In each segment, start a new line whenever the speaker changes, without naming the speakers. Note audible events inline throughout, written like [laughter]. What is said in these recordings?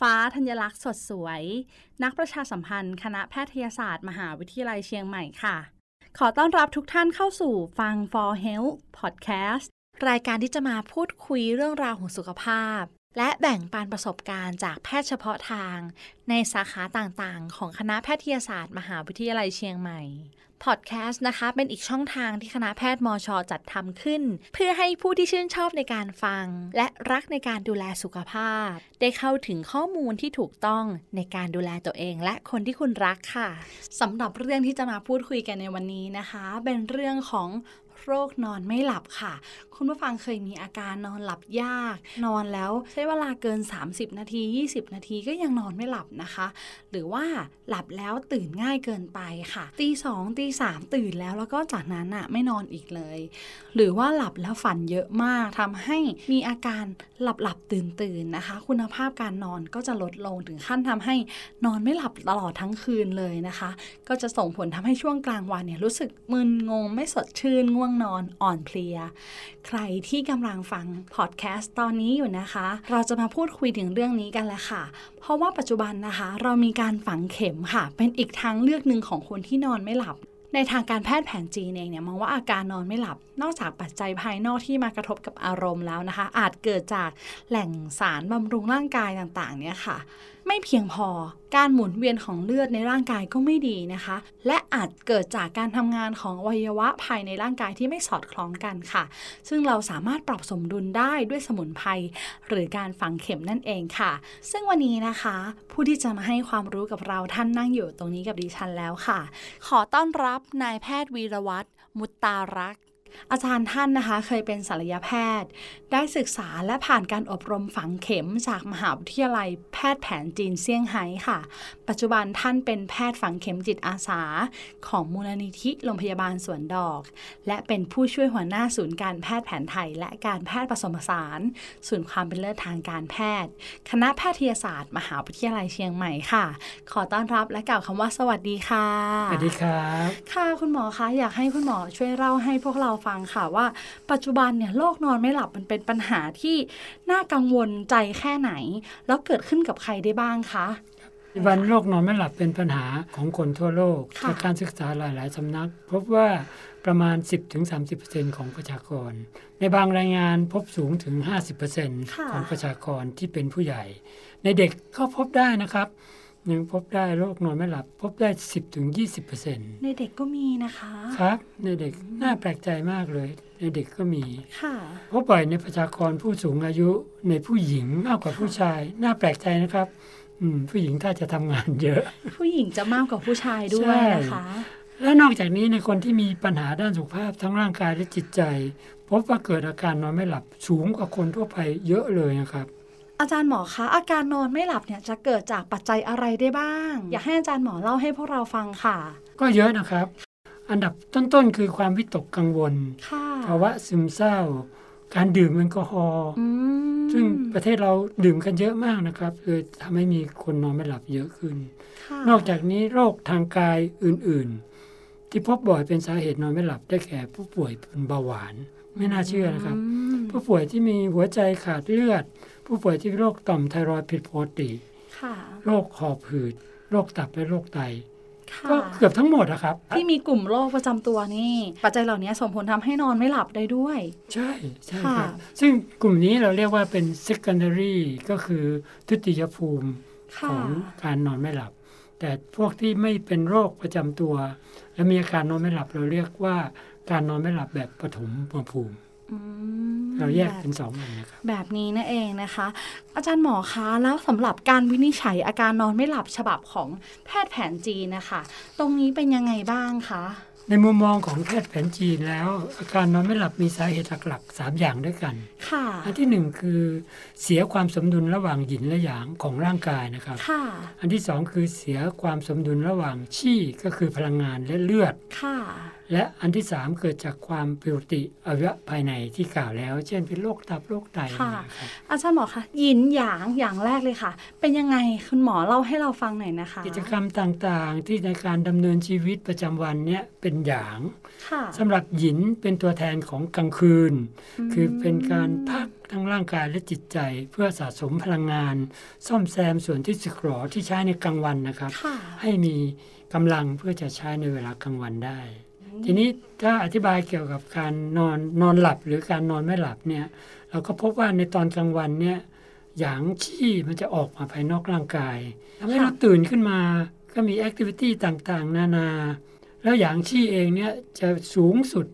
ฟ้าธัญลักษณ์สดสวย นักประชาสัมพันธ์ คณะแพทยศาสตร์ มหาวิทยาลัยเชียงใหม่ค่ะ ขอต้อนรับทุกท่านเข้าสู่ฟัง For Health Podcast รายการที่จะมาพูดคุยเรื่องราวของสุขภาพ และแบ่งปันประสบการณ์จากแพทย์เฉพาะทาง ในสาขาต่างๆ ของคณะแพทยศาสตร์ มหาวิทยาลัยเชียงใหม่ พอดแคสต์นะคะ เป็นอีกช่องทางที่คณะแพทย์มอชอจัดทำขึ้น เพื่อให้ผู้ที่ชื่นชอบในการฟัง และรักในการดูแลสุขภาพ ได้เข้าถึงข้อมูลที่ถูกต้องในการดูแลตัวเอง และคนที่คุณรักค่ะสำหรับเรื่องที่จะมาพูดคุยกันในวันนี้นะคะ เป็นเรื่องของโรคนอนไม่หลับค่ะ คุณผู้ฟังเคยมีอาการนอนหลับยาก นอนแล้วใช้เวลาเกิน 30 นาที 20 นาทีก็ยังนอนไม่หลับนะคะ หรือว่าหลับแล้วตื่นง่ายเกินไปค่ะตีสองตีสามตื่นแล้วแล้วก็จากนั้นอะไม่นอนอีกเลย หรือว่าหลับแล้วฝันเยอะมากทำให้มีอาการหลับหลับตื่นตื่นๆนะคะ คุณภาพการนอนก็จะลดลงถึงขั้นทำให้นอนไม่หลับตลอดทั้งคืนเลยนะคะ ก็จะส่งผลทำให้ช่วงกลางวันเนี่ยรู้สึกมึนงงไม่สดชื่นง่วงนอนอ่อนเพลีย ใครที่กำลังฟังพอดแคสต์ตอนนี้อยู่นะคะ เราจะมาพูดคุยถึงเรื่องนี้กันแหละค่ะ เพราะว่าปัจจุบันนะคะ เรามีการฝังเข็มค่ะ เป็นอีกทางเลือกหนึ่งของคนที่นอนไม่หลับ ในทางการแพทย์แผนจีนเองเนี่ยมองว่าอาการนอนไม่หลับ นอกจากปัจจัยภายนอกที่มากระทบกับอารมณ์แล้วนะคะ อาจเกิดจากแหล่งสารบำรุงร่างกายต่างๆ เนี่ยค่ะ ไม่เพียงพอการหมุนเวียนของเลือดในร่างกายก็ไม่ดีนะคะ และอาจเกิดจากการทำงานของอวัยวะภายในร่างกายที่ไม่สอดคล้องกันค่ะ ซึ่งเราสามารถปรับสมดุลได้ด้วยสมุนไพรหรือการฝังเข็มนั่นเองค่ะ ซึ่งวันนี้นะคะ ผู้ที่จะมาให้ความรู้กับเราท่านนั่งอยู่ตรงนี้กับดิฉันแล้วค่ะ ขอต้อนรับนายแพทย์วีรวัตรมุตตารักษ์ อาจารย์ท่านนะคะ เคยเป็นศัลยแพทย์ ได้ศึกษาและผ่านการอบรมฝังเข็มจากมหาวิทยาลัยแพทย์แผนจีนเซี่ยงไฮ้ค่ะ ปัจจุบันท่านเป็นแพทย์ฝังเข็มจิตอาสา ของมูลนิธิโรงพยาบาลสวนดอก และเป็นผู้ช่วยหัวหน้าศูนย์การแพทย์แผนไทย และการแพทย์ผสมผสานศูนย์ความเป็นเลิศทางการแพทย์ คณะแพทยศาสตร์ มหาวิทยาลัยเชียงใหม่ค่ะ ขอต้อนรับและกล่าวคำว่าสวัสดีค่ะ
สวัสดีครับ
ค่ะคุณหมอคะอยากให้คุณหมอช่วยเล่าให้พวกเราฟังค่ะว่า ปัจจุบันเนี่ยโรคนอนไม่หลับมันเป็นปัญหาที่น่ากังวลใจแค่ไหน แล้วเกิดขึ้นกับใครได้บ้างคะ
วันโรคนอนไม่หลับเป็นปัญหาของคนทั่วโลก
ค่ะ
จากการศึกษาหลาย ๆ สำนัก พบว่าประมาณ 10-30%ของประชากร ในบางรายงานพบสูงถึง
ค่ะ
50%ของประชากรที่เป็นผู้ใหญ่ ในเด็กก็พบได้นะครับยังพบได้โรคนอนไม่หลับ พบได้ 10-20%
ในเด็กก็มีนะคะ
ครับ ในเด็กน่าแปลกใจมากเลย ในเด็กก็มี
ค่ะ
พบบ่อยในประชากรผู้สูงอายุในผู้หญิงมากกว่าผู้ชาย น่าแปลกใจนะครับอืมผู้หญิงถ้าจะทำงานเยอะ
ผู้หญิงจะมากกว่าผู้ชายด้วยนะคะ
และนอกจากนี้ในคนที่มีปัญหาด้านสุขภาพทั้งร่างกายและจิตใจ พบว่าเกิดอาการนอนไม่หลับสูงกว่าคนทั่วไปเยอะเลยนะครับ
อาจารย์หมอคะอาการนอนไม่หลับเนี่ยจะเกิดจากปัจจัยอะไรได้บ้าง อยากให้อาจารย์หมอเล่าให้พวกเราฟังค่ะ
ก็เยอะนะครับ อันดับต้นๆคือความวิตกกังวล
ค่ะ
ภาวะซึมเศร้า การดื่มแอลกอฮอล์
อืม
ซึ่งประเทศเราดื่มกันเยอะมากนะครับเลยทำให้มีคนนอนไม่หลับเยอะขึ้น
ค่ะ
นอกจากนี้โรคทางกายอื่นๆ ที่พบบ่อยเป็นสาเหตุนอนไม่หลับได้แก่ผู้ป่วยเป็นเบาหวานไม่น่าเชื่อนะครับ
อืม
ผู้ป่วยที่มีหัวใจขาดเลือด ผู้ป่วยที่มีโรคต่อมไทรอยด์ผิดปกติ
ค่ะ
โรคหอบหืด โรคตับและโรคไต
ค่ะ
ก็เกือบทั้งหมดนะครับ
ที่มีกลุ่มโรคประจำตัวนี่ ปัจจัยเหล่านี้ส่งผลทำให้นอนไม่หลับได้ด้วย
ใช่ใช่ค
ค่ะ
รับ ซึ่งกลุ่มนี้เราเรียกว่าเป็น secondary ก็คือทุติยภูมิ ข
ค่ะ
องการนอนไม่หลับ แต่พวกที่ไม่เป็นโรคประจำตัว และมีอาการนอนไม่หลับ เราเรียกว่าการนอนไม่หลับแบบปฐมภูมิ
อืม
เราแยก
แบ
เป็
บ
นสองอันนะครับ
แบบนี้นั่นเองนะคะ อาจารย์หมอคะแล้วสำหรับการวินิจฉัยอาการนอนไม่หลับฉบับของแพทย์แผนจีนนะคะ ตรงนี้เป็นยังไงบ้างคะ
ในมุมมองของแพทย์แผนจีนแล้ว อาการนอนไม่หลับมีสาเหตุหลักๆสามอย่างด้วยกัน
ค่ะ
อันที่หนึ่งคือเสียความสมดุลระหว่างหยินและหยางของร่างกายนะครับ
ค่ะ
อันที่สองคือเสียความสมดุลระหว่างชี่ก็คือพลังงานและเลือด
ค่ะ
และอันที่สามเกิดจากความผิดปกติอวัยวะภายในที่กล่าวแล้ว เช่นเป็นโรคตับโรคไต
ค่ะ
นะครับ
อาจารย์หมอคะยินหยางอย่างแรกเลยค่ะ เป็นยังไงคุณหมอเล่าให้เราฟังหน่อยนะคะ
กิจกรรมต่างๆ ที่ในการดำเนินชีวิตประจำวันเนี่ยเป็นหยาง
ค่ะ
สำหรับหยินเป็นตัวแทนของกลางคืน
ม
คือเป็นการพักทั้งร่างกายและจิตใจ เพื่อสะสมพลังงาน ซ่อมแซมส่วนที่สึกหรอที่ใช้ในกลางวันนะครับ
ค่ะ
ให้มีกำลังเพื่อจะใช้ในเวลากลางวันได้ ทีนี้ถ้าอธิบายเกี่ยวกับการนอนนอนหลับหรือการนอนไม่หลับเนี่ย เราก็พบว่าในตอนกลางวันเนี่ยหยางขี้มันจะออกมาภายนอกร่างกายทำให้เราตื่นขึ้นมาก็มีแอคทิวิตี้ต่างๆ นานา แล้วหยางขี้เองเนี่ยจะสูงสุด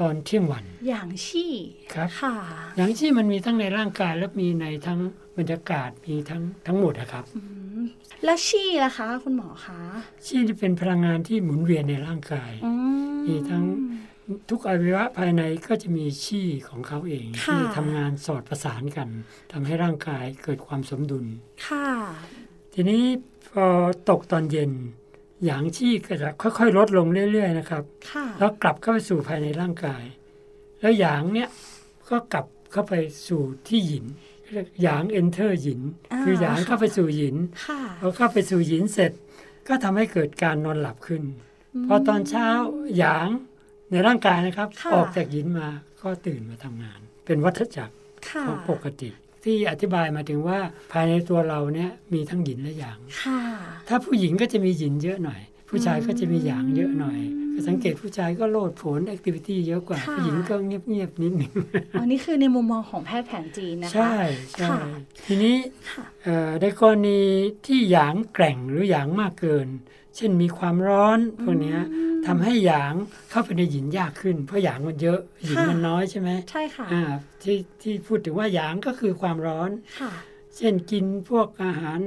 ตอนเที่ยงวัน
หยางชี่
ครับ
ค่ะ
หยางขี้มันมีทั้งในร่างกายและมีในทั้งบรรยากาศมีทั้งทั้งหมดนะครับ
อืมแล้วชี่ล่ะคะ คุณหมอคะ
ชี่จะเป็นพลังงานที่หมุนเวียนในร่างกาย
อืม
มีทั้ง ทุกอวัยวะภายในก็จะมีชี่ของเขาเอง
ค่ะ
ที่ทำงานสอดประสานกันทำให้ร่างกายเกิดความสมดุล
ค่ะ
ทีนี้พอตกตอนเย็น หยางชี่ก็จะค่อยๆ ลดลงเรื่อย ๆ นะครับ
ค่ะ
แล้วกลับเข้าไปสู่ภายในร่างกาย แล้วหยางเนี่ยก็กลับเข้าไปสู่ที่หยินเรียกหยางเอนเตอร์หยิน คือหยางเข้าไปสู่หยิน
ค่ะ
พอเข้าไปสู่หยินเสร็จ ก็ทำให้เกิดการนอนหลับขึ้น
ม
พอตอนเช้าหยางในร่างกายนะครับ
ค่ะ
ออกจากหยินมาก็ตื่นมาทำงาน เป็นวัฏจักร
ค่ะ
ของปกติ ที่อธิบายมาถึงว่าภายในตัวเราเนี่ยมีทั้งหยินและหยาง
ค่ะ
ถ้าผู้หญิงก็จะมีหยินเยอะหน่อย ผู้ชายก็จะมีหยางเยอะหน่อยก็สังเกตผู้ชายก็โลดโผนแอคทิวิตี้เยอะกว่า
ค่ะ
ผู้หญิงก็เงียบๆนิดหนึ่ง
อันนี้คือในมุมมองของแพทย์แผนจีนนะคะ
ใช่ใช่
ค่ะ
ทีนี้
ค่ะ
เอ่อในกรณีที่หยางแกร่งหรือหยางมากเกิน เช่นมีความร้อนพวกเนี้ยทำให้หยางเข้าไปในหยินยากขึ้น เพราะหยางมันเยอะหยิน
ค่ะ
มันน้อยใช่ไหม
ใช่ค่ะ
อ่าที่ที่พูดถึงว่าหยางก็คือความร้อน
ค่ะ
เช่นกินพวกอาหาร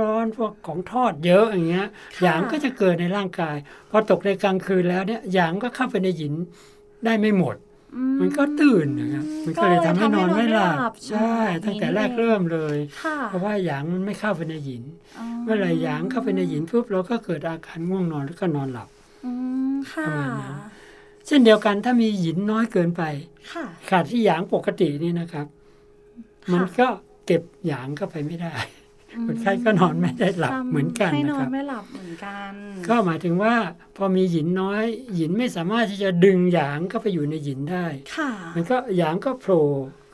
ร้อนๆพวกของทอดเยอะอย่างเงี้ยหยางก็จะเกิดในร่างกาย พอตกในกลางคืนแล้วเนี่ยหยางก็เข้าไปในหยินได้ไม่หมด
อื
มันก็ตื่นนะครับมันก็เลยทำให้นอนไม่หลับใช่ตั้งแต่แรกเริ่มเลย
ค่ะ
เพราะว่าหยางมันไม่เข้าไปในหยิน
อ๋อ
เมื่อไหรหยางเข้าไปในหยินปุ๊บเราก็เกิดอาการง่วงนอนแล้วก็นอนหลับ
อืมค่ะ
ประมาณนั้น เช่นเดียวกันถ้ามีหยินน้อยเกินไป
ค่ะ
ขาดที่หยางปกตินี่นะครับ
ะ
มันก็เก็บหยางเข้าไปไม่ได้ คนไข้ก็นอนไม่ได้หลับ
ทำ
เหมือนกัน
ให้
นะ
นอ
คน รับ
ไม่หลับเหมือนกัน
ก็หมายถึงว่าพอมีหยินน้อยหยินไม่สามารถที่จะดึงหยางเข้าไปอยู่ในหยินได้
ค่ะ
มันก็หยางก็โผล่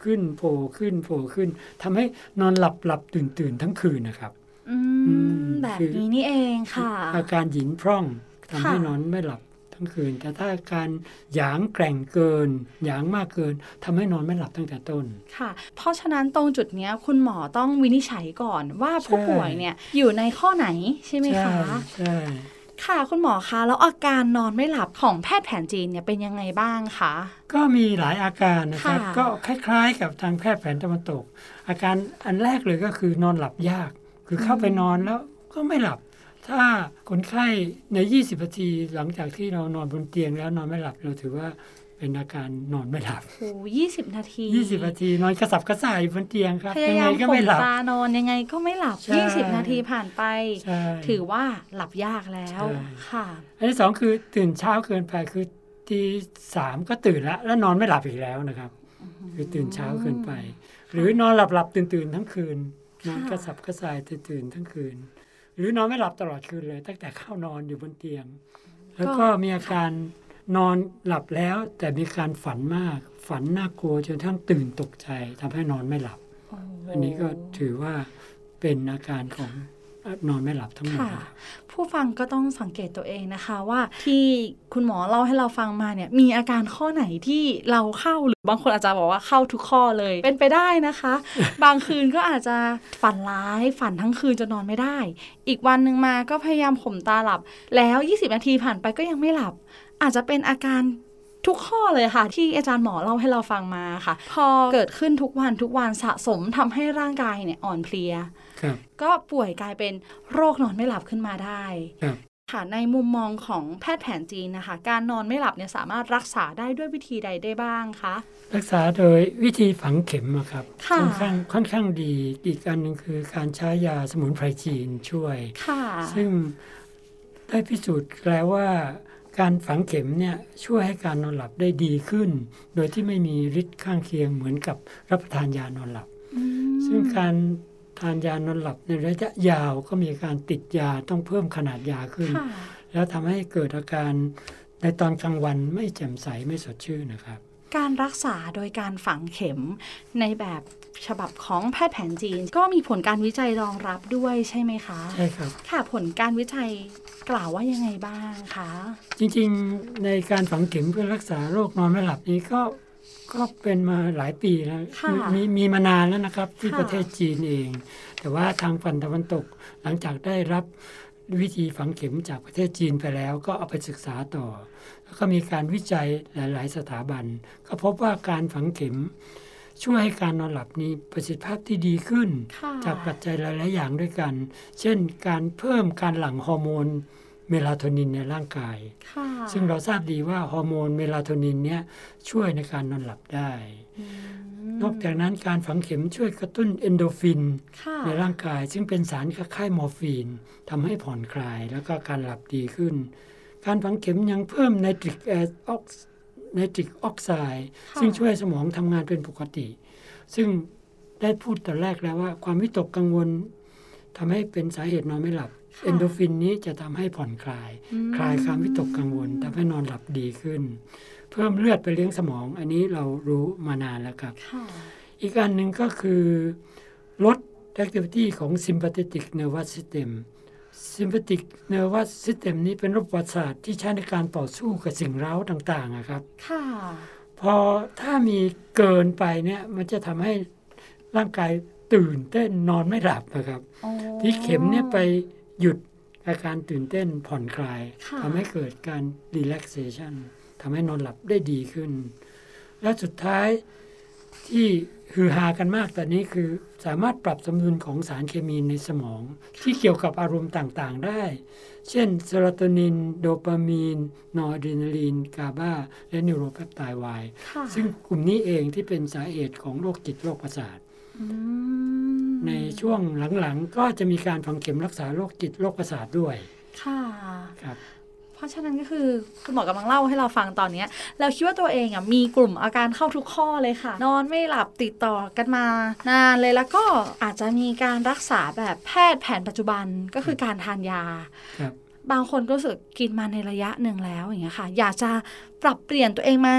ขึ้นโผล่ขึ้นโผล่ขึ้นทำให้นอนหลับหลับตื่นตื่นทั้งคืนนะครับ
อื
อื
ม
ม
แบบ
คือ
นี้นี่เองค่ะ
อาการหยินพร่องทำให้
ค่ะ
นอนไม่หลับทั้งคืน แต่ถ้าอาการหยางแกร่งเกิน หยางมากเกินทำให้นอนไม่หลับตั้งแต่ต้น
ค่ะ เพราะฉะนั้นตรงจุดเนี้ยคุณหมอต้องวินิจฉัยก่อนว่าผู้
ใช่
ป่วยเนี่ยอยู่ในข้อไหนใช่ไหม
ใช่
คะ
ใช่
ค่ะคุณหมอคะแล้วอาการนอนไม่หลับของแพทย์แผนจีนเนี่ยเป็นยังไงบ้างคะ
ก็มีหลายอาการนะครับ
ค่ะ
ก็คล้ายๆ กับทางแพทย์แผนตะวันตก อาการอันแรกเลยก็คือนอนหลับยาก คือเข้าไปนอนแล้วก็ไม่หลับ ถ้าคนไข้ใน 20นาทีหลังจากที่เรานอนบนเตียงแล้วนอนไม่หลับเราถือว่าเป็นอาการนอนไม่หลับ
ูยี่สิบนาที
20นาทีนอนกระสับกระส่ายอยู่บนเตียงครับ
พ
ยั
ยาง
ไง
ยาม
ก็
ข่
ไม่
ม
หลับ
ตานอนยังไงก็ไม่หลับ
ใช่
20 นาทีผ่านไป
ใช่
ถือว่าหลับยากแล้ว
ใช่
ค่ะ
อันที่สองคือตื่นเช้าเกินไปคือตีสามก็ตื่นแล้ว แล้วนอนไม่หลับอีกแล้วนะครับ คือตื่นเช้าเกินไป หรือนอนหลับหลับตื่นตื่นๆทั้งคืนนอน
ค่ะ
กระสับกระส่ายตื่นตื่นๆทั้งคืน หรือนอนไม่หลับตลอดคืนเลย ตั้งแต่เข้านอนอยู่บนเตียง แล้วก็มีอาการนอนหลับแล้ว แต่มีการฝันมาก ฝันน่ากลัวจนทั้งตื่นตกใจทำให้นอนไม่หลับ
โอ้โห
อันนี้ก็ถือว่าเป็นอาการของนอนไม่หลับทั้งหมด
ค่ะ
นะครับ
ผู้ฟังก็ต้องสังเกตตัวเองนะคะว่าที่คุณหมอเล่าให้เราฟังมาเนี่ยมีอาการข้อไหนที่เราเข้าหรือบางคนอาจจะบอกว่าเข้าทุกข้อเลยเป็นไปได้นะคะ
[laughs]
บางคืนก็อาจจะฝันร้ายฝันทั้งคืนจนนอนไม่ได้ อีกวันหนึ่งมาก็พยายามข่มตาหลับ แล้ว 20 นาทีผ่านไปก็ยังไม่หลับ อาจจะเป็นอาการทุกข้อเลยค่ะ ที่อาจารย์หมอเล่าให้เราฟังมาค่ะ พอเกิดขึ้นทุกวันทุกวันสะสมทำให้ร่างกายเนี่ยอ่อนเพลีย
ครับ
ก็ป่วยกลายเป็นโรคนอนไม่หลับขึ้นมาได้
ครับ
ค่ะในมุมมองของแพทย์แผนจีนนะคะ การนอนไม่หลับเนี่ยสามารถรักษาได้ด้วยวิธีใดได้บ้างคะ
รักษาโดยวิธีฝังเข็มอะครับ
ค่ะ
ค่อนข้างค่อนข้างดีอีกอันหนึ่งคือการใช้ยาสมุนไพรจีนช่วย
ค่ะ
ซึ่งได้พิสูจน์แล้วว่าการฝังเข็มเนี่ยช่วยให้การนอนหลับได้ดีขึ้น โดยที่ไม่มีฤทธิ์ข้างเคียงเหมือนกับรับประทานยานอนหลับ
อืม
ซึ่งการทานยานอนหลับในระยะยาวก็มีการติดยาต้องเพิ่มขนาดยาขึ้น
ค่ะ
แล้วทำให้เกิดอาการในตอนกลางวันไม่แจ่มใสไม่สดชื่นนะครับ
การรักษาโดยการฝังเข็มในแบบฉบับของแพทย์แผนจีน ก็มีผลการวิจัยรองรับด้วยใช่ไหมคะ
ใช่ครับ
ค่ะผลการวิจัยกล่าวว่ายังไงบ้างคะ
จริงๆในการฝังเข็มเพื่อรักษาโรคนอนไม่หลับนี้ก็ก็เป็นมาหลายปีแล้ว
ค่ะ
มีมีมานานแล้วนะครับที่
ค่ะ
ประเทศจีนเอง แต่ว่าทางฝั่งตะวันตกหลังจากได้รับวิธีฝังเข็มจากประเทศจีนไปแล้ว ก็เอาไปศึกษาต่อ แล้วก็มีการวิจัยหลาย ๆ สถาบัน ก็พบว่าการฝังเข็ม ช่วยให้การนอนหลับนี้ประสิทธิภาพที่ดีขึ้น
ค่ะ
จากปัจจัยหลาย ๆ อย่างด้วยกัน เช่น การเพิ่มการหลั่งฮอร์โมนเมลาโทนินในร่างกาย
ค่ะ
ซึ่งเราทราบดีว่าฮอร์โมนเมลาโทนินเนี่ยช่วยในการนอนหลับได้
อืม
นอกจากนั้นการฝังเข็มช่วยกระตุ้นเอนโดรฟิน
ค่ะ
ในร่างกาย ซึ่งเป็นสารคล้ายๆมอร์ฟีนทำให้ผ่อนคลายแล้วก็การหลับดีขึ้น การฝังเข็มยังเพิ่มไนตริกแอดออกไนตริกออกไซด์
ะ
ซึ่งช่วยสมองทำงานเป็นปกติ ซึ่งได้พูดแต่แรกแล้วว่า ความวิตกกังวลทำให้เป็นสาเหตุนอนไม่หลับ
ค่ะ
เอนโดรฟินนี้จะทำให้ผ่อนคลาย
อืม
คลายความวิตกกังวลทำให้นอนหลับดีขึ้น เพิ่มเลือดไปเลี้ยงสมอง อันนี้เรารู้มานานแล้วครับ
ค่ะ
อีกอันหนึ่งก็คือลด activity ของ sympathetic nervous system sympathetic nervous system นี้เป็นระบบประสาทที่ใช้ในการต่อสู้กับสิ่งเร้าต่างๆอะครับ
ค่ะ
พอถ้ามีเกินไปเนี่ยมันจะทำให้ร่างกายตื่นเต้นนอนไม่หลับนะครับ
โอ้
ที่เข็มเนี่ยไปหยุดอาการตื่นเต้นผ่อนคลาย
ค่ะ
ทำให้เกิดการ relaxation ทำให้นอนหลับได้ดีขึ้น และสุดท้ายที่ฮือฮากันมากตอนนี้คือสามารถปรับสมดุลของสารเคมีในสมอง ที่เกี่ยวกับอารมณ์ต่างๆได้ เช่นเซโรโทนิน โดปามีน นอร์ดรีนาลีน กาบา และนิวโรแปปไตด์ไว
ค่ะ
ซึ่งกลุ่มนี้เองที่เป็นสาเหตุของโรคจิตโรคประสาท
อืม
ในช่วงหลังๆ ก็จะมีการฝังเข็มรักษาโรคจิตโรคประสาทด้วย
ค่ะ
ครับ
เพราะฉะนั้นก็คือคุณหมอกำลังเล่าให้เราฟังตอนเนี้ยเราคิดว่าตัวเองอ่ะมีกลุ่มอาการเข้าทุกข้อเลยค่ะ นอนไม่หลับติดต่อกันมานานเลยแล้วก็อาจจะมีการรักษาแบบแพทย์แผนปัจจุบันก็คือการทานยา
ครับ
บางคนก็รู้สึกกินมาในระยะหนึ่งแล้วอย่างเงี้ยค่ะ อยากจะปรับเปลี่ยนตัวเองมา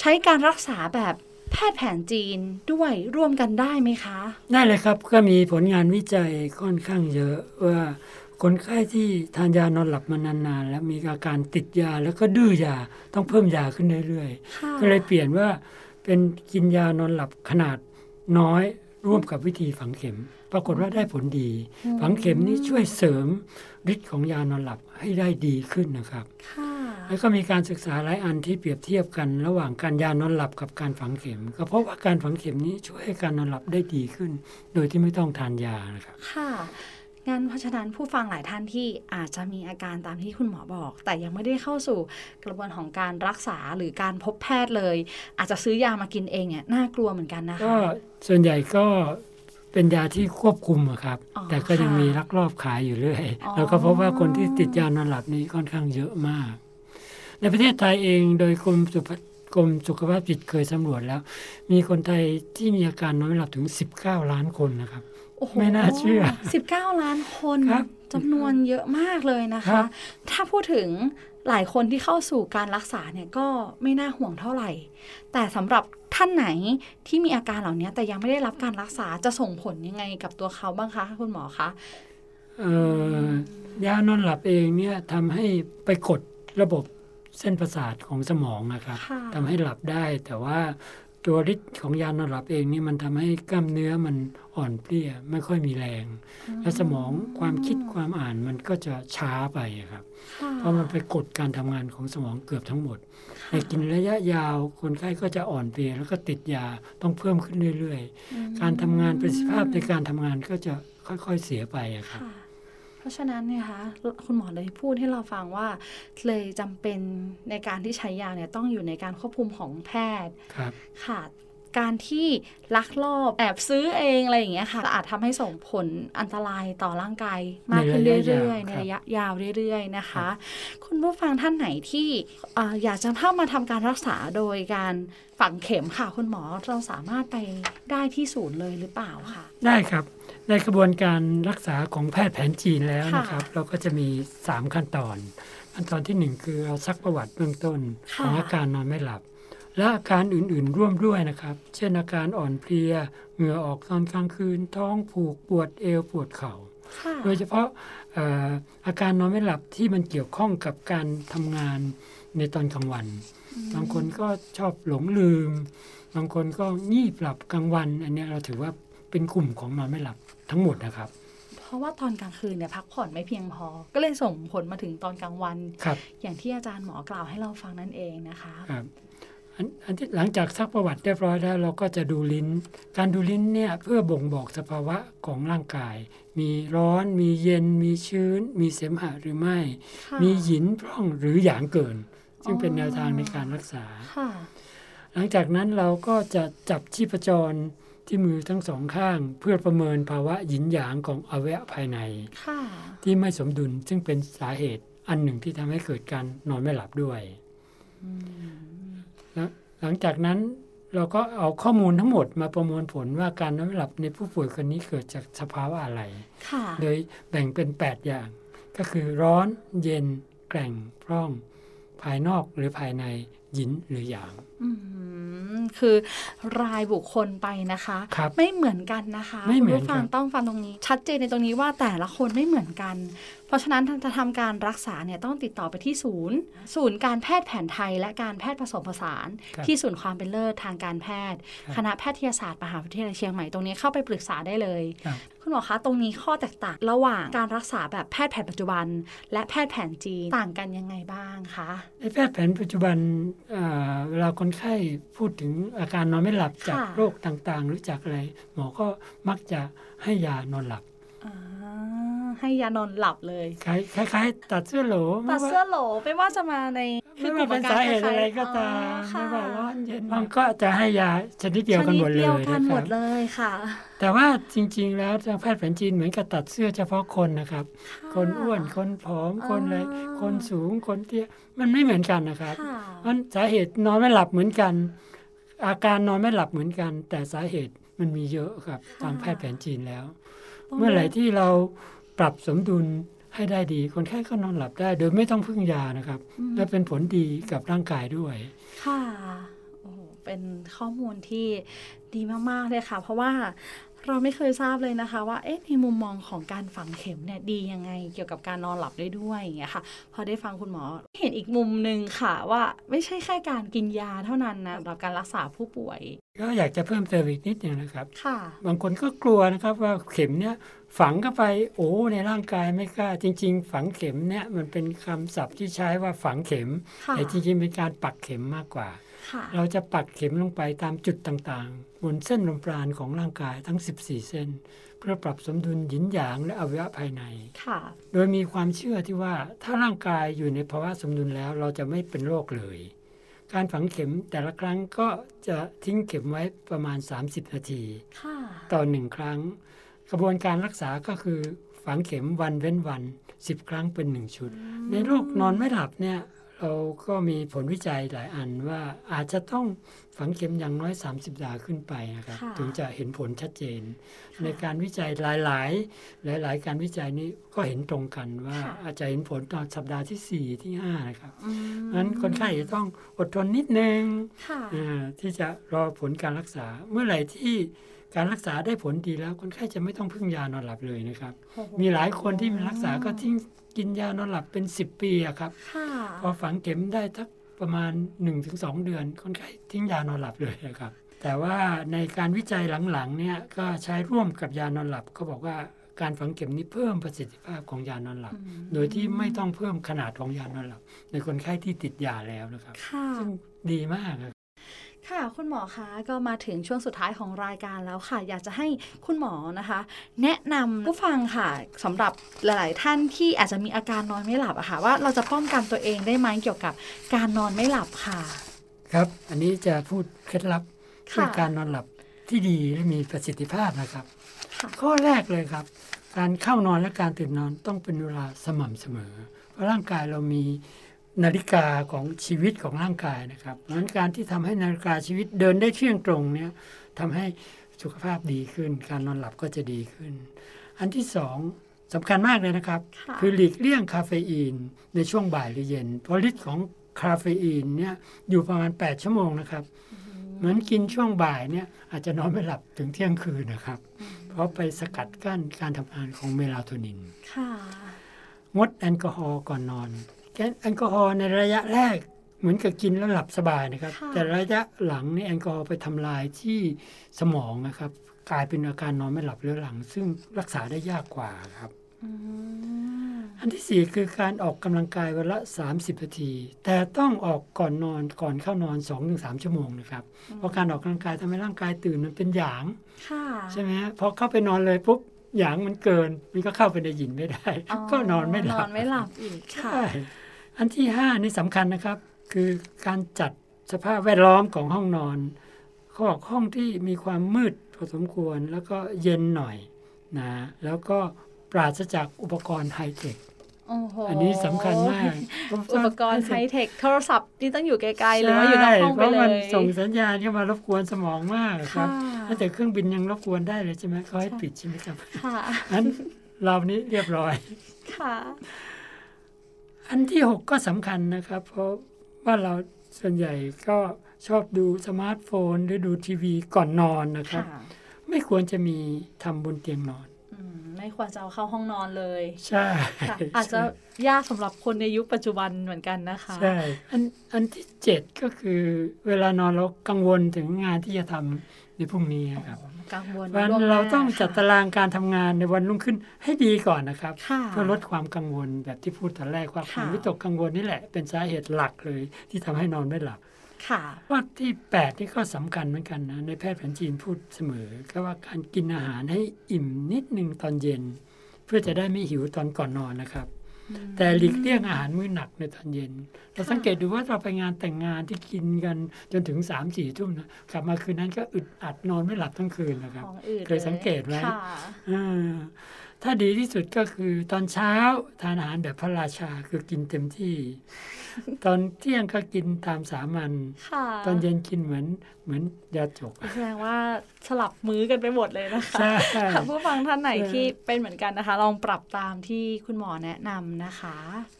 ใช้การรักษาแบบแพทย์แผนจีนด้วยร่วมกันได้ไหมคะ
ได้เลยครับก็มีผลงานวิจัยค่อนข้างเยอะว่าคนไข้ที่ทานยานอนหลับมานานๆ แล้วมีอาการติดยาแล้วก็ดื้อยาต้องเพิ่มยาขึ้นเรื่อย
ค่ะ
ๆ ก็เลยเปลี่ยนว่าเป็นกินยานอนหลับขนาดน้อยร่วมกับวิธีฝังเข็ม ปรากฏว่าได้ผลดี ฝังเข็มนี่ช่วยเสริมฤทธิ์ของยานอนหลับให้ได้ดีขึ้นนะครับ
ค่ะ
แล้วก็มีการศึกษาหลายอันที่เปรียบเทียบกันระหว่างการยานอนหลับกับการฝังเข็ม ก็เพราะว่าการฝังเข็มนี้ช่วยให้การนอนหลับได้ดีขึ้น โดยที่ไม่ต้องทานยานะครับ
ค่ะงั้นเพราะฉะนั้นผู้ฟังหลายท่านที่อาจจะมีอาการตามที่คุณหมอบอก แต่ยังไม่ได้เข้าสู่กระบวนของการรักษาหรือการพบแพทย์เลย อาจจะซื้อยามากินเองเนี่ยน่ากลัวเหมือนกันนะคะ
ก็ส่วนใหญ่ก็เป็นยาที่ควบคุมอะครับ
อ๋อ
แต่ก็ยังมีลักลอบขายอยู่เรื่อย
อ๋อ
แล้วก็พบว่าคนที่ติดยานอนหลับนี้ค่อนข้างเยอะมาก ในประเทศไทยเองโดยกรมสุขกรมสุขภาพจิตเคยสำรวจแล้ว มีคนไทยที่มีอาการนอนไม่หลับถึง 19 ล้านคนนะครับ
โอ้โห
ไม่น่าเชื่อ
19 ล้านคน
ครับ
จำนวนเยอะมากเลยนะ
ครั
คะ
บ
ถ้าพูดถึงหลายคนที่เข้าสู่การรักษาเนี่ยก็ไม่น่าห่วงเท่าไหร่ แต่สำหรับท่านไหนที่มีอาการเหล่านี้แต่ยังไม่ได้รับการรักษาจะส่งผลยังไงกับตัวเขาบ้างคะคุณหมอคะ
เอ่อยานอนหลับเองเนี่ยทำให้ไปกดระบบเส้นประสาทของสมองนะครับ
ค่ะ
ทำให้หลับได้ แต่ว่าตัวฤทธิ์ของยานอนหลับเองนี่มันทำให้กล้ามเนื้อมันอ่อนเพลียไม่ค่อยมีแรง และสมองความคิดความอ่านมันก็จะช้าไปอะครับ
ค่ะ
เพราะมันไปกดการทำงานของสมองเกือบทั้งหมดในกินระยะยาวคนไข้ก็จะอ่อนเพลียแล้วก็ติดยาต้องเพิ่มขึ้นเรื่อย ๆ การทำงานประสิทธิภาพในการทำงานก็จะค่อยๆเสียไปอะครับ
ค่ะ เพ เพราะฉะนั้นเนี่ยคะคุณหมอเลยพูดให้เราฟังว่า เลยจำเป็นในการที่ใช้ยาเนี่ยต้องอยู่ในการควบคุมของแพทย์
ครับ
ค่ะ การที่ลักลอบแอบซื้อเองอะไรอย่างเงี้ยค่ะ อาจทำให้ส่งผลอันตรายต่อร่างกายมากขึ้น
ในระยะ
เรื่อยๆ ใน
ยาวครับ
ระยะยาวเรื่อยๆ นะ
ครั
คะ
บ
คุณผู้ฟังท่านไหนที่เอ่ออยากจะเข้ามาทำการรักษาโดยการฝังเข็มค่ะ คุณหมอเราสามารถไปได้ที่ศูนย์เลยหรือเปล่าค่ะ
ได้ครับ ในกระบวนการรักษาของแพทย์แผนจีนแล้ว
ค่ะ
นะครับ เราก็จะมี 3 ขั้นตอน ขั้นตอนทีหนึ่1 คือเราซักประวัติเบื้องต้นข
ค่ะ
องอาการนอนไม่หลับ และอาการอื่นๆร่วมด้วยนะครับ เช่นอาการอ่อนเพลียเหงื่อออกตอนกลางคืน ท้องผูกปวดเอวปวดเข่า
ค่ะ
โดยเฉพาะเอ่ออาการนอนไม่หลับที่มันเกี่ยวข้องกับการทำงานในตอนกลางวัน บางคนก็ชอบหลงลืม บางคนก็งีบหลับกลางวัน อันเนี้ยเราถือว่าเป็นกลุ่มของนอนไม่หลับทั้งหมดนะครับ
เพราะว่าตอนกลางคืนเนี่ยพักผ่อนไม่เพียงพอ ก็เลยส่งผลมาถึงตอนกลางวัน
ครับ
อย่างที่อาจารย์หมอกล่าวให้เราฟังนั่นเองนะคะ
ครับอันอันที่หลังจากซักประวัติเรียบร้อยแล้ว เราก็จะดูลิ้น การดูลิ้นเนี่ยเพื่อบ่งบอกสภาวะของร่างกาย มีร้อน มีเย็น มีชื้น มีเสมหะหรือไม่
ค่ะ
มีหยินพร่องหรือหยางเกิน ซึ่งเป็น
อ๋อ
แนวทางในการรักษา
ค่ะ
หลังจากนั้นเราก็จะจับชีพจรที่มือทั้งสองข้าง เพื่อประเมินภาวะหยินหยางของอวัยวะภายใน
ค่ะ
ที่ไม่สมดุลซึ่งเป็นสาเหตุอันหนึ่งที่ทำให้เกิดการนอนไม่หลับด้วยแล้วหลังจากนั้นเราก็เอาข้อมูลทั้งหมดมาประมวลผลว่าการนอนไม่หลับในผู้ป่วยคนนี้เกิดจากสภาวะอะไร
ค่ะ
โดยแบ่งเป็น 8 อย่าง ก็คือร้อนเย็น แกร่งพร่อง ภายนอกหรือภายในหยินหรือหยาง
อืมคือรายบุคคลไปนะคะ
ครับ
ไม่เหมือนกันนะคะ
ไม่เหมือ
คุ
น
ณผู้ฟัง
ครับ
ต้องฟังตรงนี้ ชัดเจนในตรงนี้ว่าแต่ละคนไม่เหมือนกัน เพราะฉะนั้นถ้าจะทำการรักษาเนี่ยต้องติดต่อไปที่ศูนย์ ศูนย์การแพทย์แผนไทย และการแพทย์ผสมผสาน
ครับ
ที่ศูนย์ความเป็นเลิศทางการแพทย์
ครับ
คณะแพทยศาสตร์มหาวิทยาลัยเชียงใหม่ตรงนี้เข้าไปปรึกษาได้เลย
ครับ
คุณหมอคะตรงนี้ข้อแตกต่างระหว่างการรักษาแบบแพทย์แผนปัจจุบัน และแพทย์แผนจีนต่างกันยังไงบ้างคะ
ไอ้แพทย์แผนปัจจุบันเอ่อเวลาคนไข้พูดถึงอาการนอนไม่หลับจาก
ค่ะ
โรคต่างๆ หรือจากอะไร หมอก็มักจะให้ยานอนหลับ
อ่าให้ยานอนหลับเลย
คล้ายคล้ายๆตัดเสื้อโหล
ตัดเสื้อโหลไม่ว่าจะมาใน
ไม่ว่าเป็นสาเหตุอะไรก็ตาม
อ๋อ
ไม่ว่าร้อ
ค่ะ
นเย็นมันก็จะให้ยาชนิดเดียวกันหมด
ชนิด
เล
เดี
ย
ยวกัน
นะค
หม
รั
ด
บ
เลยค่ะ
แต่ว่าจริงๆ แล้วทางแพทย์แผนจีนเหมือนกับตัดเสื้อเฉพาะคนนะครับ คนอ้วนคนผอมคนอะไรคนสูงคนเตี้ยมันไม่เหมือนกันนะครับ
ค่ะ
มันสาเหตุนอนไม่หลับเหมือนกัน อาการนอนไม่หลับเหมือนกัน แต่สาเหตุมันมีเยอะครับทางแพทย์แผนจีนแล้ว เมื่อไหร่ที่เราปรับสมดุลให้ได้ดี คนไข้ก็นอนหลับได้ โดยไม่ต้องพึ่งยานะครับ และเป็นผลดีกับร่างกายด้วย
ค่ะโอ้โหเป็นข้อมูลที่ดีมากๆเลยค่ะ เพราะว่าเราไม่เคยทราบเลยนะคะ ว่าเอ๊ะในมุมมองของการฝังเข็มเนี่ยดียังไงเกี่ยวกับการนอนหลับได้ด้วยอย่างเงี้ยค่ะ พอได้ฟังคุณหมอเห็นอีกมุมหนึ่งค่ะ ว่าไม่ใช่แค่การกินยาเท่านั้นนะสำหรับการรักษาผู้ป่วย
ก็อยากจะเพิ่มเติมอีกนิดหนึ่งนะครับ
ค่ะ
บางคนก็กลัวนะครับว่าเข็มเนี่ยฝังเข้าไปโอ้ในร่างกายไม่กล้า จริง ๆ ฝังเข็มเนี่ยมันเป็นคำศัพท์ที่ใช้ว่าฝังเข็ม
ค่ะ
แต่จริงๆเป็นการปักเข็มมากกว่า
ค่ะ
เราจะปักเข็มลงไปตามจุดต่างๆ บนเส้นลมปราณของร่างกายทั้ง 14 เส้น เพื่อปรับสมดุลหยินหยางและอวัยวะภายใน
ค่ะ
โดยมีความเชื่อที่ว่าถ้าร่างกายอยู่ในภาวะสมดุลแล้วเราจะไม่เป็นโรคเลย การฝังเข็มแต่ละครั้งก็จะทิ้งเข็มไว้ประมาณ 30 นาที
ค่ะ
ต่อหนึ่งครั้ง กระบวนการรักษาก็คือฝังเข็มวันเว้นวัน 10 ครั้งเป็น 1 ชุด ในโรคนอนไม่หลับเนี่ยเราก็มีผลวิจัยหลายอันว่าอาจจะต้องฝังเข็มอย่างน้อย 30สัปดาห์ขึ้นไปนะครับ
ค่ะ
ถึงจะเห็นผลชัดเจน ในการวิจัยหลาย ๆ หลาย ๆ การวิจัยนี้ก็เห็นตรงกันว่าอาจจะเห็นผลตอนสัปดาห์ทีสี่ 4 ที่ 5 นะครับ
อืม
นั้นคนไข้จะต้องอดทนนิดนึง
ค่ะ
อ่าที่จะรอผลการรักษาเมื่อไหร่ที่การรักษาได้ผลดีแล้ว คนไข้จะไม่ต้องพึ่งยานอนหลับเลยนะครับ
โอ้โห
มีหลายคนที่มารักษาก็ทิ้งกินยานอนหลับเป็น 10 ปีอะครับ
ค่ะ
พอฝังเข็มได้ทักประมาณ 1-2 เดือน คนไข้ทิ้งยานอนหลับเลยนะครับ แต่ว่าในการวิจัยหลังๆเนี่ยก็ใช้ร่วมกับยานอนหลับเขาบอกว่าการฝังเข็มนี้เพิ่มประสิทธิภาพของยานอนหลับ โดยที่ไม่ต้องเพิ่มขนาดของยานอนหลับ ในคนไข้ที่ติดยาแล้วนะครับ
ค่ะ
ซึ่งดีมากครับ
ค่ะ คุณหมอคะก็มาถึงช่วงสุดท้ายของรายการแล้วค่ะ อยากจะให้คุณหมอนะคะ แนะนำผู้ฟังค่ะสำหรับหลาย ๆ ท่านที่อาจจะมีอาการนอนไม่หลับอะค่ะ ว่าเราจะป้องกันตัวเองได้ไหมเกี่ยวกับการนอนไม่หลับค่ะ
ครับ อันนี้จะพูดเคล็ดลับ
ค่ะ
เพื่อการนอนหลับที่ดีและมีประสิทธิภาพนะครับ
ค่ะ
ข้อแรกเลยครับ การเข้านอนและการตื่นนอนต้องเป็นเวลาสม่ำเสมอ เพราะร่างกายเรามีนาฬิกาของชีวิตของร่างกายนะครับเพราะฉะนั้นการที่ทำให้นาฬิกาชีวิตเดินได้เที่ยงตรงเนี่ยทำให้สุขภาพดีขึ้น การนอนหลับก็จะดีขึ้น อันที่สองสำคัญมากเลยนะครับ
ค่ะ
คือหลีกเลี่ยงคาเฟอีนในช่วงบ่ายหรือเย็น เพราะฤทธิ์ของคาเฟอีนเนี่ยอยู่ประมาณ 8 ชั่วโมงนะครับ เหมือนกินช่วงบ่ายเนี่ยอาจจะนอนไม่หลับถึงเที่ยงคืนนะครับ เพราะไปสกัดกั้นการทำงานของเมลาโทนิน
ค่ะ
งดแอลกอฮอล์ก่อนนอนแค่แอลกอฮอล์ในระยะแรกเหมือนกับกินแล้วหลับสบายนะครับ แต่ระยะหลังนี่แอลกอฮอล์ไปทำลายที่สมองนะครับ กลายเป็นอาการนอนไม่หลับเรื้อรัง ซึ่งรักษาได้ยากกว่าครับ
อืม
อันที่ 4 คือการออกกำลังกายวันละ 30 นาที แต่ต้องออกก่อนนอนก่อนเข้านอน 2-3 ชั่วโมงนะครับเพราะการออกกำลังกายทำให้ร่างกายตื่นมันเป็นหยาง
ค่ะ
ใช่ไหมฮะพอเข้าไปนอนเลยปุ๊บหยางมันเกิน มันก็เข้าไปในหยินไม่ได้ ก็นอนไม่หลับ
นอนไม่หลับอีกค่ะ
ใช่อันที่ห้านี่สำคัญนะครับ คือการจัดสภาพแวดล้อมของห้องนอนเขาบอกห้องที่มีความมืดพอสมควรแล้วก็เย็นหน่อยนะแล้วก็ปราศจากอุปกรณ์ไฮเทค
โอ้โห
อันนี้สำคัญมาก
อุปกรณ์ไฮเทคโทรศัพท์นี่ต้องอยู่ไกลๆหรือว่าอยู่นอก
ใช่
ห้อง
เพ
ไป
ราะ
เล
มัน
ย
ส่งสัญญาณเข้ามารบกวนสมองมากครั
ค่ะ
บตั้งแต่เครื่องบินยังรบกวนได้เลยใช่ไหมเขาให้ปิดใช่ไหมครับ
ค่ะ
อันเรานี้เรียบร้อย
ค่ะ
อันที่หกก็สำคัญนะครับ เพราะว่าเราส่วนใหญ่ก็ชอบดูสมาร์ทโฟน หรือดูทีวีก่อนนอนนะครับ
ค่ะ
ไม่ควรจะมีทำบนเตียงนอน
อืมไม่ควรจะเอาเข้าห้องนอนเลย
ใช่
ค่ะอาจจะยากสำหรับคนในยุคปัจจุบันเหมือนกันนะคะ
[laughs] ใช่อันอันที่เจ็ดก็คือเวลานอนเรากังวลถึงงานที่จะทำในพรุ่งนี้ครับ
กังวล
เพราะฉะ
ล่ว
นั้
งห
น
น้
เราต้องจัด
ค่ะ
ตารางการทำงานในวันรุ่งขึ้นให้ดีก่อนนะครับ
ค่ะ
เพื่อลดความกังวลแบบที่พูดตอนแรกว่า
ค่ะ
ความวิตกกังวลนี่แหละ เป็นสาเหตุหลักเลย ที่ทำให้นอนไม่หลับ
ค่ะ
ข้อที่ 8 นี่ก็สำคัญเหมือนกันนะ ในแพทย์แผนจีนพูดเสมอ ก็ว่าการกินอาหารให้อิ่มนิดนึงตอนเย็น เพื่อจะได้ไม่หิวตอนก่อนนอนนะครับ แต่หลีกเลี่ยงอาหารมื้อหนักในตอนเย็น เราสังเกตดูว่าเราไปงานแต่งงานที่กินกันจนถึง3ามสี่ทุ่มนะกลับมาคืนนั้นก็อึดอัดนอนไม่หลับทั้งคืนนะครับ
ของอื่น
เคยสังเกตไหม
ค่ะ
อ่าถ้าดีที่สุดก็คือตอนเช้าทานอาหารแบบพระราชาคือกินเต็มที่ ตอนเที่ยงก็กินตามสามัญ
ค่ะ
ตอนเย็นกินเหมือนเหมือนยาจก
แสดงว่าสลับมื้อกันไปหมดเลยนะคะ
ใช่
ค่ะผู้ฟังท่านไหน
เออ
ที่เป็นเหมือนกันนะคะ ลองปรับตามที่คุณหมอแนะนำนะคะ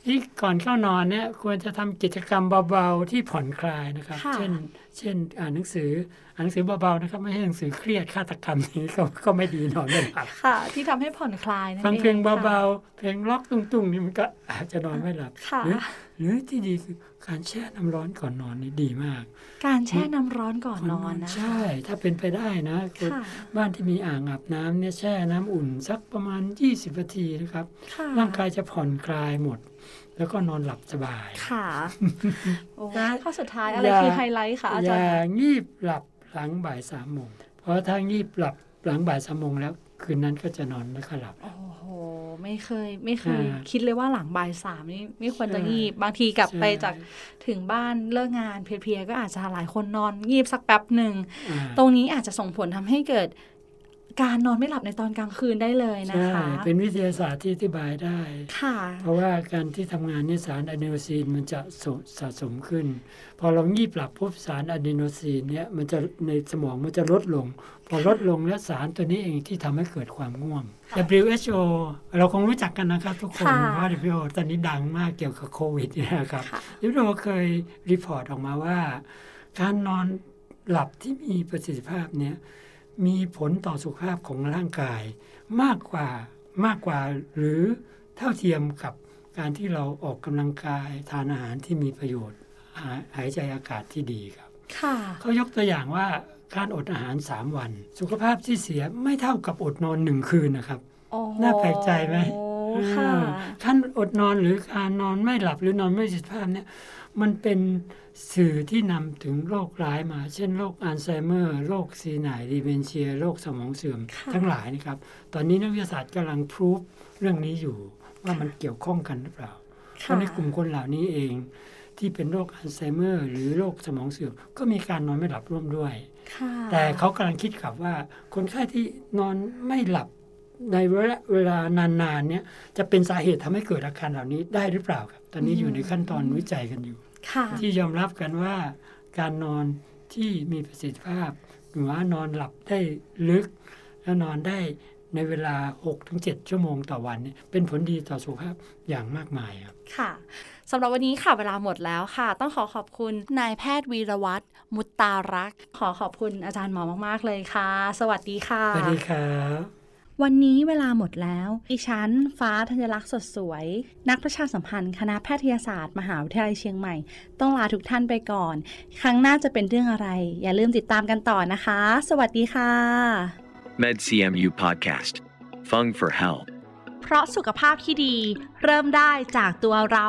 นี่ก่อนเข้านอนเนี่ยควรจะทำกิจกรรมเบาๆที่ผ่อนคลายนะครับ
ค่ะ
เช่น เช่น อ่านหนังสืออ่านหนังสือเบาๆนะครับ ไม่ใช่หนังสือเครียดฆาตกรรมนี้ก็ก็ไม่ดีนอนไม่หลับ
ค่ะ ที่ทำให้ผ่อนคลายนั่น
ฟัง
เอง
เพลง
ค่ะ
เบาๆเพลงล็อกตุ้งๆนี่มันก็อาจจะนอนไม่หลับ
ค่ะ
หรือหรือที่ดีคือการแช่น้ำร้อนก่อนนอนนี่ดีมาก
การแช่น้ำร้อนก่อนนอนนะ
ใช่ ถ้าเป็นไปได้นะคือ
ค่ะ
บ้านที่มีอ่างอาบน้ำเนี่ยแช่น้ำอุ่นสักประมาณ 20นาทีนะครับ
ค่ะ
ร่างกายจะผ่อนคลายหมด แล้วก็นอนหลับสบาย
ค่ะโอ้
นะ
ข้อสุดท้ายอะไร
อย่า
คือไฮไลท์ค่ะอา
อ
จาร
ย่า
ย์
งีบหลับหลังบ่ายสามโมงเพราะถ้างีบหลับหลังบ่ายสามโมงแล้ว คืนนั้นก็จะนอนไม่ค่อยหลับ
โอ้โหไม่เคยไม่เคย
อ่า
คิดเลยว่าหลังบ่ายสามนี่ไม่ควรจะ
ใช่
งีบบางทีกลับไป
ใช่
จากถึงบ้านเลิกงานเพลียๆก็อาจจะหลายคนนอนงีบสักแป๊บหนึ่ง
อ่า
ตรงนี้อาจจะส่งผลทำให้เกิด การนอนไม่หลับในตอนกลางคืนได้เลยนะ
ใช่
คะ
เป็นวิทยาศาสตร์ที่อธิบายได้
ค่ะ
เพราะว่าการที่ทำงานเนี่ยสารอะดรีโนซีนมันจะสะสะสมขึ้น พอเรางีบหลับปุ๊บสารอะดรีโนซีนเนี่ยมันจะในสมองมันจะลดลง พอลดลงแล้วสารตัวนี้เองที่ทำให้เกิดความง่วง WHO เราคงรู้จักกันนะครับทุกคน
ค่ะ
เพราะว่า WHO ตอนนี้ดังมากเกี่ยวกับโควิดเนยนะครับ
ค่ะ
WHO เคยรีพอร์ตออกมาว่า การนอนหลับที่มีประสิทธิภาพเนี่ยมีผลต่อสุขภาพของร่างกาย มากกว่ามากกว่าหรือเท่าเทียมกับการที่เราออกกำลังกายทานอาหารที่มีประโยชน์หาหายใจอากาศที่ดีครับ
ค่ะ
เขายกตัวอย่างว่าการอดอาหาร 3 วัน สุขภาพที่เสียไม่เท่ากับอดนอนหนึ่งคืนนะครับ
โอ้โห
น่าแปลกใจไหม
โอ้
ค่ะ
อ่าท่านอดนอนหรือการนอนไม่หลับหรือนอนไม่สุขภาพเนี่ยมันเป็นสื่อที่นำถึงโรคร้ายมา เช่นโรคอัลไซเมอร์โรคซีไนายดีเมนเชียโรคสมองเสื่อม
ค่ะ
ทั้งหลายนะครับ ตอนนี้นักวิทยาศาสตร์กำลังพิสูจเรื่องนี้อยู่ ว่ามันเกี่ยวข้องกันหรือเปล่า เพ
ค่ะ
ราะในกลุ่มคนเหล่านี้เอง ที่เป็นโรคอัลไซเมอร์ หรือโรคสมองเสื่อมก็มีการนอนไม่หลับร่วมด้วย
ค่ะ
แต่เขากำลังคิดกลับว่า คนไข้ที่นอนไม่หลับในเวลาเวลานานๆเนี่ยจะเป็นสาเหตุทำให้เกิดอาการเหล่านี้ได้หรือเปล่าครับ ตอนนี้อยู่ในขั้นตอนวิจัยกันอยู่
ค่ะ
ที่ยอมรับกันว่าการนอนที่มีประสิทธิภาพหรือว่านอนหลับได้ลึก และนอนได้ในเวลา 6-7 ชั่วโมงต่อวันเนี่ยเป็นผลดีต่อสุขภาพอย่างมากมายครับ
ค่ะสำหรับวันนี้ค่ะเวลาหมดแล้วค่ะ ต้องขอขอบคุณนายแพทย์วีรวัตรมุตตารักษ์ขอขอบคุณอาจารย์หมอมาก ๆ เลยค่ะ สวัสดีค่ะ
สวัสดีครับ
วันนี้เวลาหมดแล้ว ดิฉัน ฟ้าธัญลักษณ์สดสวย นักประชาสัมพันธ์ คณะแพทยศาสตร์ มหาวิทยาลัยเชียงใหม่ ต้องลาทุกท่านไปก่อน ครั้งหน้าจะเป็นเรื่องอะไร อย่าลืมติดตามกันต่อนะคะ สวัสดีค่ะ
MedCMU Podcast. Fung for Health.
เพราะสุขภาพที่ดี เริ่มได้จากตัวเรา